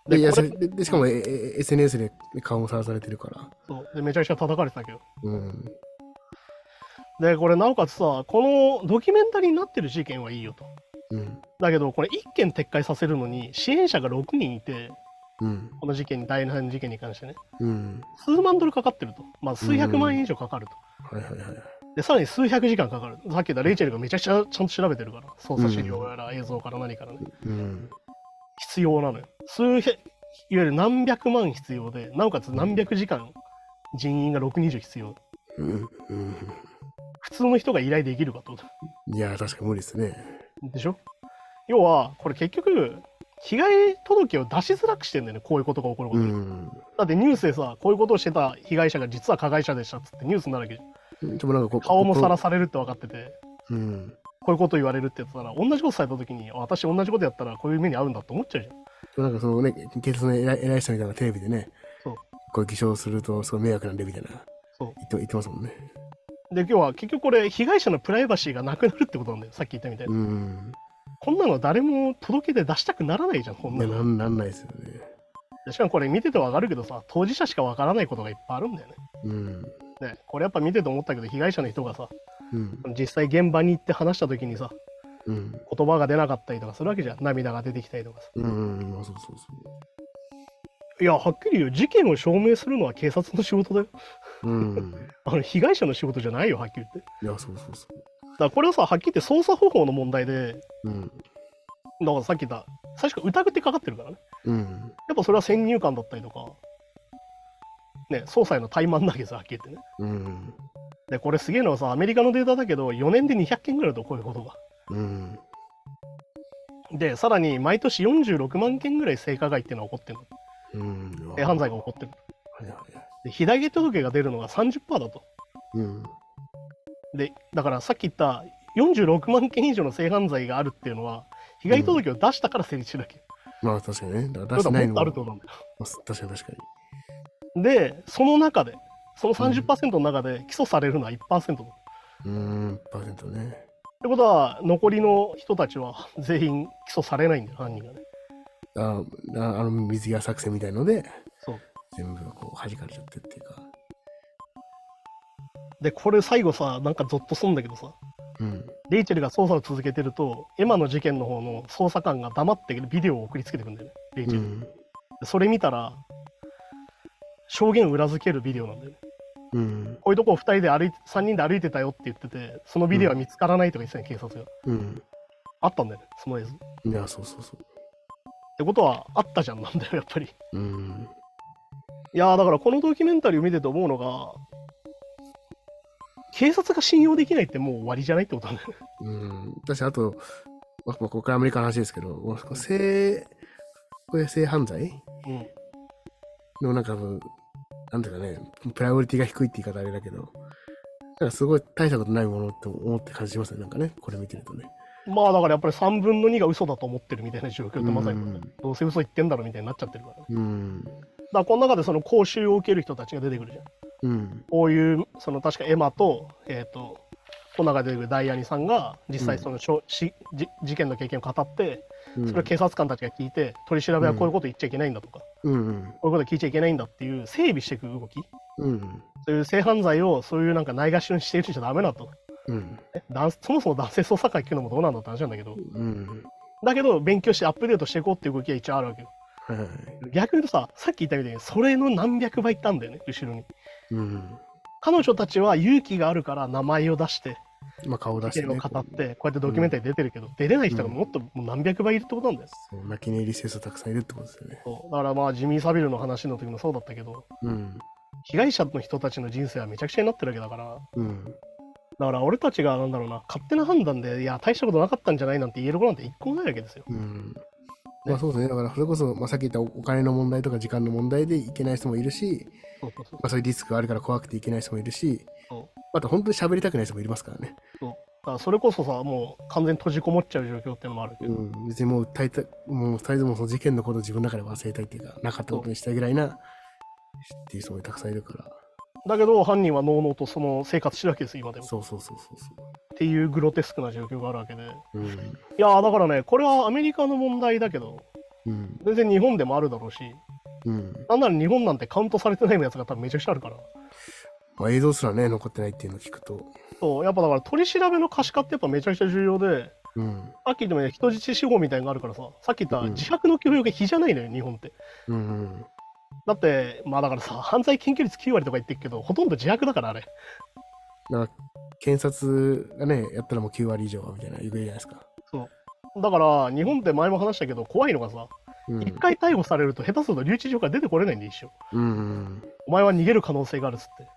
Speaker 2: でいや
Speaker 1: こ
Speaker 2: そ
Speaker 1: れ
Speaker 2: れででしかもええ SNS で顔もさらされてるから。
Speaker 1: そうでめちゃくちゃ叩かれてたけど
Speaker 2: うん。
Speaker 1: でこれなおかつさこのドキュメンタリーになってる事件はいいよと
Speaker 2: うん。
Speaker 1: だけどこれ1件撤回させるのに支援者が6人いて
Speaker 2: うん。
Speaker 1: この事件に第7事件に関してね
Speaker 2: うん。
Speaker 1: 数万ドルかかってると、まあ、数百万円以上かかると、
Speaker 2: はいはいはい。
Speaker 1: でさらに数百時間かかるさっき言ったレイチェルがめちゃくちゃちゃんと調べてるから捜査資料やら映像から何からね、
Speaker 2: うん。
Speaker 1: 必要なのよ。数百、いわゆる何百万必要で、なおかつ何百時間人員が6人以上必要。
Speaker 2: うん。うん。
Speaker 1: 普通の人が依頼できるかってこと
Speaker 2: いやー、確かに無理ですね。
Speaker 1: でしょ要は、これ結局、被害届を出しづらくしてんだよね、こういうことが起こること
Speaker 2: う
Speaker 1: で、
Speaker 2: ん。
Speaker 1: だってニュースでさ、こういうことをしてた被害者が実は加害者でしたっつってニュースになるわけじゃん
Speaker 2: でもなんかこう
Speaker 1: 顔もさら
Speaker 2: す。
Speaker 1: されるって分かってて、
Speaker 2: うん。
Speaker 1: こういうこと言われるって言ってたら、同じことされた時に、あ私同じことやったらこういう目に遭うんだって思っちゃうじゃん。
Speaker 2: でもなんかそのね、警察の偉い偉い人みたいなのがテレビでね、
Speaker 1: そう
Speaker 2: こう偽証するとすごい迷惑なんでみたいな
Speaker 1: そう
Speaker 2: 言って言ってますもんね。
Speaker 1: で、今日は結局これ、被害者のプライバシーがなくなるってことなんだよ、さっき言ったみたいに。
Speaker 2: うん。
Speaker 1: こんなの誰も届けて出したくならないじゃん、こん
Speaker 2: い
Speaker 1: な
Speaker 2: や
Speaker 1: の。
Speaker 2: なんなんないですよね。
Speaker 1: しかもこれ見ててわかるけどさ、当事者しかわからないことがいっぱいあるんだよね。
Speaker 2: うん。
Speaker 1: ね、これやっぱ見てて思ったけど、被害者の人がさ、
Speaker 2: うん。
Speaker 1: 実際現場に行って話した時にさ、
Speaker 2: うん。
Speaker 1: 言葉が出なかったりとかするわけじゃん。涙が出てきたりとかさ。
Speaker 2: うん。まあそうそうそ
Speaker 1: いや、はっきり言う、事件を証明するのは警察の仕事だよ。
Speaker 2: う。うん。
Speaker 1: あの、被害者の仕事じゃないよ、はっきり言って。だ
Speaker 2: いや、そうそうそ
Speaker 1: からこれはさ、はっきり言って捜査方法の問題で、
Speaker 2: う。うん。
Speaker 1: だからさっき言った、最初から疑ってかかってるからね。
Speaker 2: うん。
Speaker 1: やっぱそれは先入観だったりとか、ね、捜査への怠慢なわけですよ、はっきり言ってね。
Speaker 2: うん。
Speaker 1: で、これすげえのはさ、アメリカのデータだけど、4年で200件ぐらいだと、こういうことが。
Speaker 2: うん。
Speaker 1: で、さらに毎年46万件ぐらい性加害っていうのが起こってるの。
Speaker 2: うん。
Speaker 1: 性犯罪が起こってる。
Speaker 2: はいはいはい。
Speaker 1: で、被害届が出るのが30%だと。
Speaker 2: うん。
Speaker 1: で、だからさっき言った46万件以上の性犯罪があるっていうのは、被害届を出したから成立してるだけ。
Speaker 2: まあ確かにね。だから
Speaker 1: だ
Speaker 2: 出
Speaker 1: か
Speaker 2: して
Speaker 1: ら
Speaker 2: な
Speaker 1: も
Speaker 2: い
Speaker 1: っと
Speaker 2: のも
Speaker 1: あるってことなんだよ。
Speaker 2: まあ確かに確か
Speaker 1: で、その中で、その30%の中で起訴されるのは1%。って
Speaker 2: に。うん。パーセントね。
Speaker 1: ことは、残りの人たちは全員起訴されないんだよ、犯人がね。
Speaker 2: あああの水際作戦みたいので、
Speaker 1: そう。
Speaker 2: 全部こう弾かれちゃってっていうか。
Speaker 1: で、これ最後さ、なんかゾッとすんだけどさ、
Speaker 2: うん。
Speaker 1: レイチェルが捜査を続けてると、エマの事件の方の捜査官が黙ってビデオを送りつけてくんだよね、レイチェ
Speaker 2: う
Speaker 1: ル。
Speaker 2: ん。
Speaker 1: それ見たら、証言を裏付けるビデオなんだよね。
Speaker 2: うん。
Speaker 1: こういうとこを2人で歩いて、3人で歩いてたよって言ってて、そのビデオは見つからないとか言ってたね、警察が。
Speaker 2: うん。
Speaker 1: あったんだよね、その映像。っ
Speaker 2: いや、そうそうそ
Speaker 1: てことは、あったじゃんなんだよ、やっぱり。
Speaker 2: う。うん。
Speaker 1: いやーだからこのドキュメンタリーを見てて思うのが、警察が信用できないってもう終わりじゃないってことなんだよね。
Speaker 2: うん。私、あと、まあ、まあこれアメリカの話ですけど、もうこう性、これ性犯罪
Speaker 1: うん
Speaker 2: のなんかあの、なんていうかね、プライオリティが低いって言い方あれだけど、なんかすごい大したことないものって思って感じしますね、なんかね、これ見てるとね。
Speaker 1: まあだからやっぱり3分の2が嘘だと思ってるみたいな状況ってまさに
Speaker 2: うん
Speaker 1: どうせ嘘言ってんだろみたいになっちゃってるからね。だ
Speaker 2: うん。
Speaker 1: からこの中でその講習を受ける人たちが出てくるじゃん。
Speaker 2: うん。
Speaker 1: こういう、その確かエマと、えっ、と、この中で出てくるダイアニさんが実際そのしょ、しじ事件の経験を語って、
Speaker 2: うん
Speaker 1: それを警察官たちが聞いて、取り調べはこういうこと言っちゃいけないんだとか、
Speaker 2: うん。
Speaker 1: こういうこと聞いちゃいけないんだっていう整備していく動き。
Speaker 2: うん。
Speaker 1: そういう性犯罪をそういうなんかないがしろにしている人じゃダメだと。
Speaker 2: うん。
Speaker 1: ね男そもそも男性捜査官聞くのもどうなんだって話なんだけど、
Speaker 2: うん。
Speaker 1: だけど勉強してアップデートしていこうっていう動きは一応あるわけよ。
Speaker 2: はいはい。
Speaker 1: 逆に言うとさ、さっき言ったみたいに、それの何百倍いったんだよね、後ろに。
Speaker 2: うん。
Speaker 1: 彼女たちは勇気があるから名前を出して、
Speaker 2: まあ、顔出して
Speaker 1: 意見を
Speaker 2: ね。
Speaker 1: 語って、こうやってドキュメンタリー出てるけど、出れない人がもっともう何百倍いるってことなんだよ。
Speaker 2: そう泣き寝入りしてる人たくさんいるってことですよね。
Speaker 1: そうだからまあ、ジミー・サビルの話の時もそうだったけど、
Speaker 2: うん。
Speaker 1: 被害者の人たちの人生はめちゃくちゃになってるわけだから、
Speaker 2: うん。
Speaker 1: だから俺たちがなんだろうな勝手な判断でいや大したことなかったんじゃないなんて言えることなんて一個もないわけですよ。
Speaker 2: うんまあそうですね、だからそれこそ、まあ、さっき言ったおお金の問題とか時間の問題で行けない人もいるし、
Speaker 1: そうそうそう
Speaker 2: まあ、そういうリスクがあるから怖くて行けない人もいるし
Speaker 1: そう、
Speaker 2: あと本当に喋りたくない人もいますからね。
Speaker 1: そうだからそれこそさもう完全に閉じこもっちゃう状況ってのもあるけ
Speaker 2: う
Speaker 1: ど、
Speaker 2: ん、別にもう大体、もう大体もうその事件のことを自分の中で忘れたいっていうか、なかったことにしたいぐらいな、っていう人もたくさんいるから。
Speaker 1: だけど犯人はのうのうとその生活してるわけです今でも。
Speaker 2: そうそうそうそうそ
Speaker 1: っていうグロテスクな状況があるわけで。
Speaker 2: う。うん。
Speaker 1: いやーだからねこれはアメリカの問題だけど
Speaker 2: うん。
Speaker 1: 全然日本でもあるだろうし
Speaker 2: うん。
Speaker 1: なんなら日本なんてカウントされてないやつが多分めちゃくちゃあるから。
Speaker 2: まあ、映像すらね、残ってないっていうのを聞くと。
Speaker 1: そうやっぱだから取り調べの可視化ってやっぱめちゃくちゃ重要で
Speaker 2: うん。
Speaker 1: さっき言ったように人質司法みたいなのがあるからささっき言った
Speaker 2: うん
Speaker 1: 自白の強要が非じゃないのよ日本って。
Speaker 2: うん、うん。
Speaker 1: だってまあだからさ犯罪検挙率9割とか言ってるけどほとんど自白だからあれ。
Speaker 2: だから、検察がね、やったらもう9割以上はみたいな、言うじゃないですか。
Speaker 1: だから日本って前も話したけど怖いのがさ
Speaker 2: うん。
Speaker 1: 一回逮捕されると下手すると留置場から出てこれないんで一生
Speaker 2: うん、うん。
Speaker 1: お前は逃げる可能性があるっつって。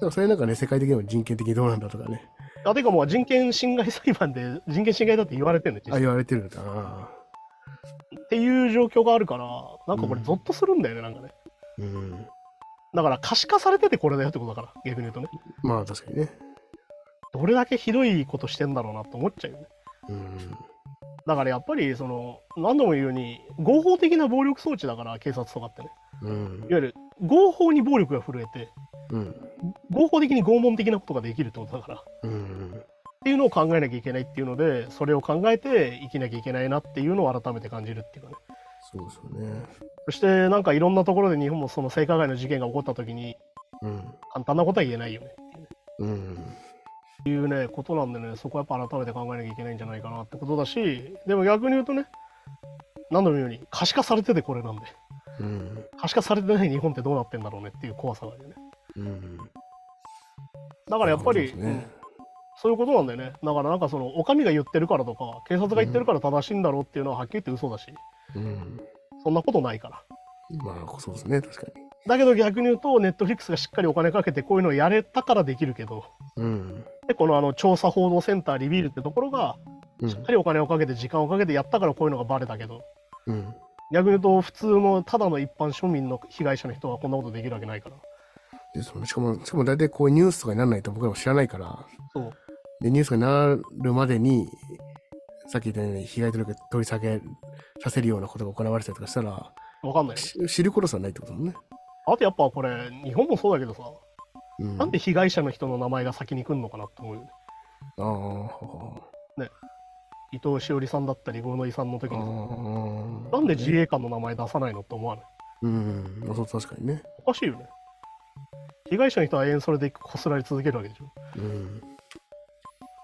Speaker 2: でもそれなんかね、世界的にも人権的にどうなんだとかね、
Speaker 1: あてかもう人権侵害裁判で人権侵害だって言われてるんです
Speaker 2: あ言われてるんだな。
Speaker 1: っていう状況があるからなんかこれ
Speaker 2: うん
Speaker 1: ゾッとするんだよねなんかね
Speaker 2: うん。
Speaker 1: だから可視化されててこれだよってことだから逆に言うとね
Speaker 2: まあ確かにね。
Speaker 1: どれだけひどいことしてんだろうなと思っちゃうよね
Speaker 2: うん。
Speaker 1: だからやっぱりその何度も言うように合法的な暴力装置だから警察とかってね
Speaker 2: うん
Speaker 1: い。わゆる合法に暴力が震えて
Speaker 2: うん。
Speaker 1: 合法的に拷問的なことができるってことだからっ
Speaker 2: うん。
Speaker 1: ていうのを考えなきゃいけないっていうのでそれを考えて生きなきゃいけないなっていうのを改めて感じるっていうかね
Speaker 2: そうですよね。
Speaker 1: そしてなんかいろんなところで日本もその性加害の事件が起こった時に
Speaker 2: うん。
Speaker 1: 簡単なことは言えないよね
Speaker 2: うん。
Speaker 1: っていうねことなんでねそこはやっぱ改めて考えなきゃいけないんじゃないかなってことだしでも逆に言うとね何度も言うように可視化されててこれなんで
Speaker 2: うん。
Speaker 1: 可視化されてない日本ってどうなってんだろうねっていう怖さがあるよね
Speaker 2: うん。
Speaker 1: だ
Speaker 2: だ
Speaker 1: からやっぱり
Speaker 2: そ
Speaker 1: そうう,、
Speaker 2: ですね
Speaker 1: そういうことなんだよねだからなんかそのお上が言ってるからとか警察が言ってるから正しいんだろうっていうのははっきり言って嘘だし
Speaker 2: うん。
Speaker 1: そんなことないから
Speaker 2: まあそうですね、確かに。
Speaker 1: だけど逆に言うとネットフリックスがしっかりお金かけてこういうのをやれたからできるけど
Speaker 2: うん。
Speaker 1: でこのあの調査報道センターリビールってところが
Speaker 2: う
Speaker 1: しっ
Speaker 2: ん
Speaker 1: か。りお金をかけて時間をかけてやったからこういうのがバレたけど
Speaker 2: うん。
Speaker 1: 逆に言うと普通のただの一般庶民の被害者の人はこんなことできるわけないから
Speaker 2: ですもんねしかも、しかも大体こうニュースとかにならないと僕らも知らないから、
Speaker 1: そう
Speaker 2: で、ニュースになるまでに、さっき言ったように被害届を取り下げさせるようなことが行われたりとかしたら、
Speaker 1: わかんないよね
Speaker 2: し知ることすらないってことだもんね。
Speaker 1: あとやっぱこれ日本もそうだけどさ
Speaker 2: うん、
Speaker 1: なんで被害者の人の名前が先に来るのかなって思うよね
Speaker 2: ああ、
Speaker 1: 伊藤詩織さんだったり五ノ井さんの時
Speaker 2: あ
Speaker 1: にさ
Speaker 2: あ。
Speaker 1: なんで自衛官の名前出さないのって思わない
Speaker 2: うん、まあそう確かにね。
Speaker 1: おかしいよね被害者の人は永遠それでこすられ続けるわけでしょ
Speaker 2: うん。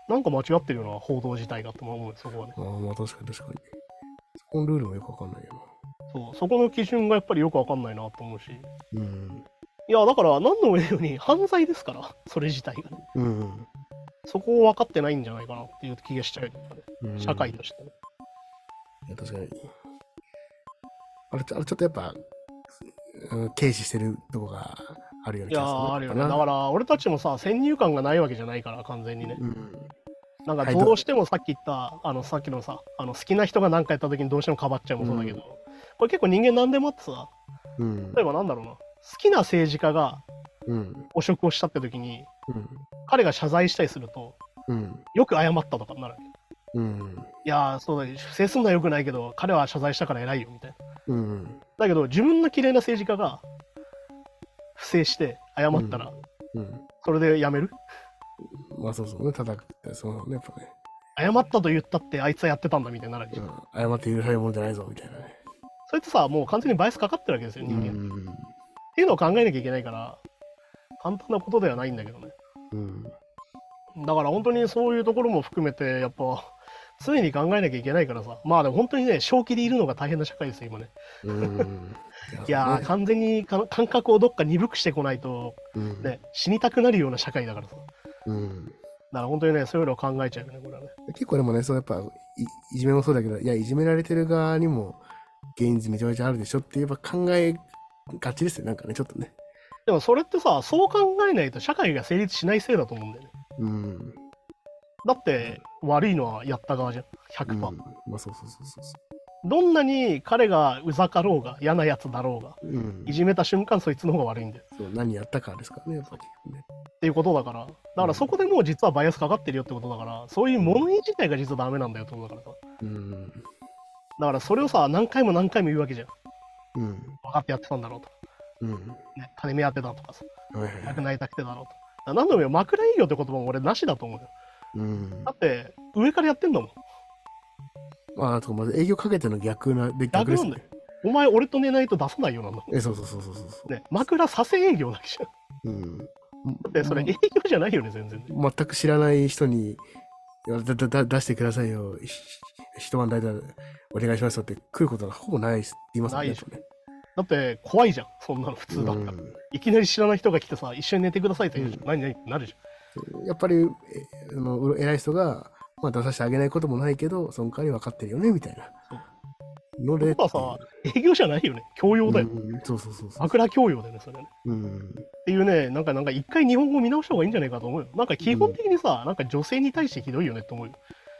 Speaker 1: なんか間違ってるような報道自体がって思うよそこはね
Speaker 2: ああ、まあ確かに確かに。そこのルールもよくわかんないよ
Speaker 1: そうそこの基準がやっぱりよくわかんないなと思うし
Speaker 2: な。うん。
Speaker 1: いやだから何度も言うように犯罪ですからそれ自体がね
Speaker 2: うん。
Speaker 1: そこを分かってないんじゃないかなっていう気がしちゃうよね
Speaker 2: うん、
Speaker 1: 社会
Speaker 2: い
Speaker 1: としてね、
Speaker 2: や確かに。あれ、ちょあれちょっとやっぱ、うん、軽視してるとこがあるようない気
Speaker 1: や
Speaker 2: がするな。
Speaker 1: ーあるよね
Speaker 2: や
Speaker 1: だ
Speaker 2: っぱな
Speaker 1: から俺たちもさ先入観がないわけじゃないから完全にね
Speaker 2: うん。
Speaker 1: なんか
Speaker 2: はい
Speaker 1: どうしてもさっき言ったあのさっきのさあの好きな人が何かやった時にどうしてもかばっちゃうもそうだけど、
Speaker 2: うん
Speaker 1: これ結構人間何でもあってさ
Speaker 2: うん。
Speaker 1: 例えばなんだろうな好きな政治家が
Speaker 2: うん。
Speaker 1: 汚職をしたって時に
Speaker 2: うん。
Speaker 1: 彼が謝罪したりすると
Speaker 2: うん。
Speaker 1: よく謝ったとかになる
Speaker 2: うん。
Speaker 1: いやーそうだよ不正すんのはよくないけど彼は謝罪したから偉いよみたいな
Speaker 2: うん。
Speaker 1: だけど自分の嫌いな政治家が不正して謝ったら、
Speaker 2: うん。
Speaker 1: それでやめる
Speaker 2: まあそうそうね、叩くって、そうね、やっぱね。
Speaker 1: 謝ったと言ったってあいつはやってたんだみたいになるわけじ
Speaker 2: う
Speaker 1: ゃん
Speaker 2: ん、謝って許されるもんじゃないぞ、みたいなね。
Speaker 1: それってさもう完全にバイアスかかってるわけですよ人間、っていうのを考えなきゃいけないから簡単なことではないんだけどね
Speaker 2: うん。
Speaker 1: だから本当にそういうところも含めてやっぱ常に考えなきゃいけないからさまあでも本当にね正気でいるのが大変な社会ですよ今ね
Speaker 2: うん。
Speaker 1: [LAUGHS] いやー、完全にか感覚をどっか鈍くしてこないと、
Speaker 2: うん。
Speaker 1: ね、死にたくなるような社会だからさだか
Speaker 2: うん。
Speaker 1: ら本当にねそういうのを考えちゃうよねこれはね
Speaker 2: 結構でもね、そうやっぱい、いじめもそうだけど、いや、いじめられてる側にも、現実めちゃめちゃあるでしょって言えば考えがちですよ、なんかね、ちょっとね。
Speaker 1: でもそれってさそう考えないと社会が成立しないせいだと思うんだよね
Speaker 2: うん。
Speaker 1: だって悪いのはやった側じゃん
Speaker 2: う
Speaker 1: 100%、
Speaker 2: ん。まあそうそうそうそうそ
Speaker 1: どんなに彼がうざかろうが嫌なやつだろうが
Speaker 2: う。うん
Speaker 1: い。じめた瞬間そいつの方が悪いんだよ
Speaker 2: そう何やったかですからね、やっぱりね。
Speaker 1: っていうことだからだからそこでもう実はバイアスかかってるよってことだからそういう物言い自体が実はダメなんだよってことだからさ
Speaker 2: うん。
Speaker 1: だからそれをさ何回も何回も言うわけじゃん
Speaker 2: うん。
Speaker 1: 分かってやってたんだろうと
Speaker 2: うん。は
Speaker 1: ね、金目当てだとかさ、
Speaker 2: いはいは
Speaker 1: なく
Speaker 2: い。
Speaker 1: なりたくてだろうと。だから何度も言う枕営業って言葉も俺なしだと思うよ。
Speaker 2: うん
Speaker 1: だ。って、上からやってんだもん。
Speaker 2: まあ、とかまず営業かけての逆な、で
Speaker 1: 逆
Speaker 2: 逆です
Speaker 1: なんだ
Speaker 2: ね
Speaker 1: よ。。お前、俺と寝ないと出さないようなんだも
Speaker 2: え、そうそうそうそうそうそ
Speaker 1: ん。ね、枕させ営業だけじゃん。
Speaker 2: う。うん。
Speaker 1: で、それ営業じゃないよね、全然。
Speaker 2: 全く知らない人に、だだだ出してくださいよ、ひ一晩代打お願いしますよって来ることはほぼないですって言いますもんね。
Speaker 1: ないでしだって、怖いじゃん、そんなの普通だったら。いきなり知らない人が来てさ、一緒に寝てくださいって言うじゃん。何々ってなるじ
Speaker 2: うんやっぱり、えあの偉い人が、まあ、出させてあげないこともないけど、その代わり分かってるよね、みたいな。の
Speaker 1: ゃん。
Speaker 2: で、
Speaker 1: ってことはさ、営業じゃないよね。教養だよ。
Speaker 2: うんそうそうそうそう。
Speaker 1: 枕教養だよね、それね。
Speaker 2: うん。
Speaker 1: っていうね、なんか、なんか一回日本語見直した方がいいんじゃないかと思うよ。なんか基本的にさ、なんか女性に対してひどいよねって思うよ。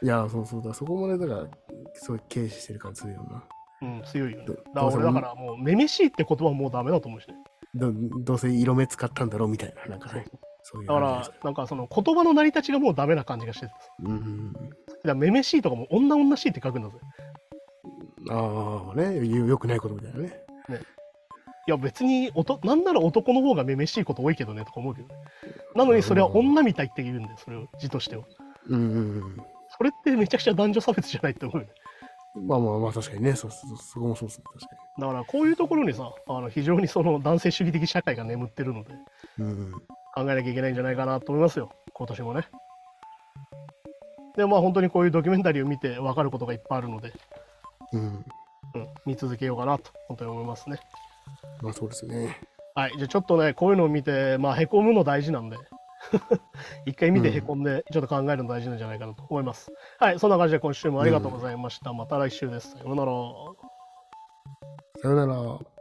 Speaker 2: いや、そうそうだ。そこまで、だから、すごい軽視してる感じするよな。
Speaker 1: うん、強いよね。だ
Speaker 2: ど
Speaker 1: から俺
Speaker 2: ど
Speaker 1: だ
Speaker 2: うせ
Speaker 1: からもう、めめしいって言葉はもうダメだと思うしね。
Speaker 2: どどうせ色目使ったんだろうみたいな、なんかね。そういう
Speaker 1: だか
Speaker 2: 感じ
Speaker 1: ら
Speaker 2: で、
Speaker 1: なんかその言葉の成り立ちがもうダメな感じがしてて。だか
Speaker 2: すね。うん。
Speaker 1: ら、めめしいとかも女々しいって書くんだぜ。
Speaker 2: ああ、ね、よよくないことみたいなね。
Speaker 1: いや、別におと、なんなら男の方がめめしいこと多いけどねとか思うけどね。なのにそれは女みたいって言うんだよ、それを、字としては。
Speaker 2: うんうん
Speaker 1: それってめちゃくちゃ男女差別じゃないって思うよね。
Speaker 2: うん。まあまあまあ、確かにね。そうそうそこもそうですね。確か
Speaker 1: だから、こういうところにさ、あの非常にその男性主義的社会が眠ってるので、
Speaker 2: に。うんうん。
Speaker 1: 考えなきゃいけないんじゃないかなと思いますよ、今年もね。で、まあ本当にこういうドキュメンタリーを見て分かることがいっぱいあるので、
Speaker 2: うん。
Speaker 1: うん、見続けようかなと、本当に思いますね。
Speaker 2: まあそうですね。
Speaker 1: はい、じゃあちょっとね、こういうのを見て、まあ、へこむの大事なんで、 [LAUGHS] 一回見てへこんで、ちょっと考えるの大事なんじゃないかなと思います。はい、そんな感じで今週もありがとうございました。また来週です。さようなら。
Speaker 2: さよなら。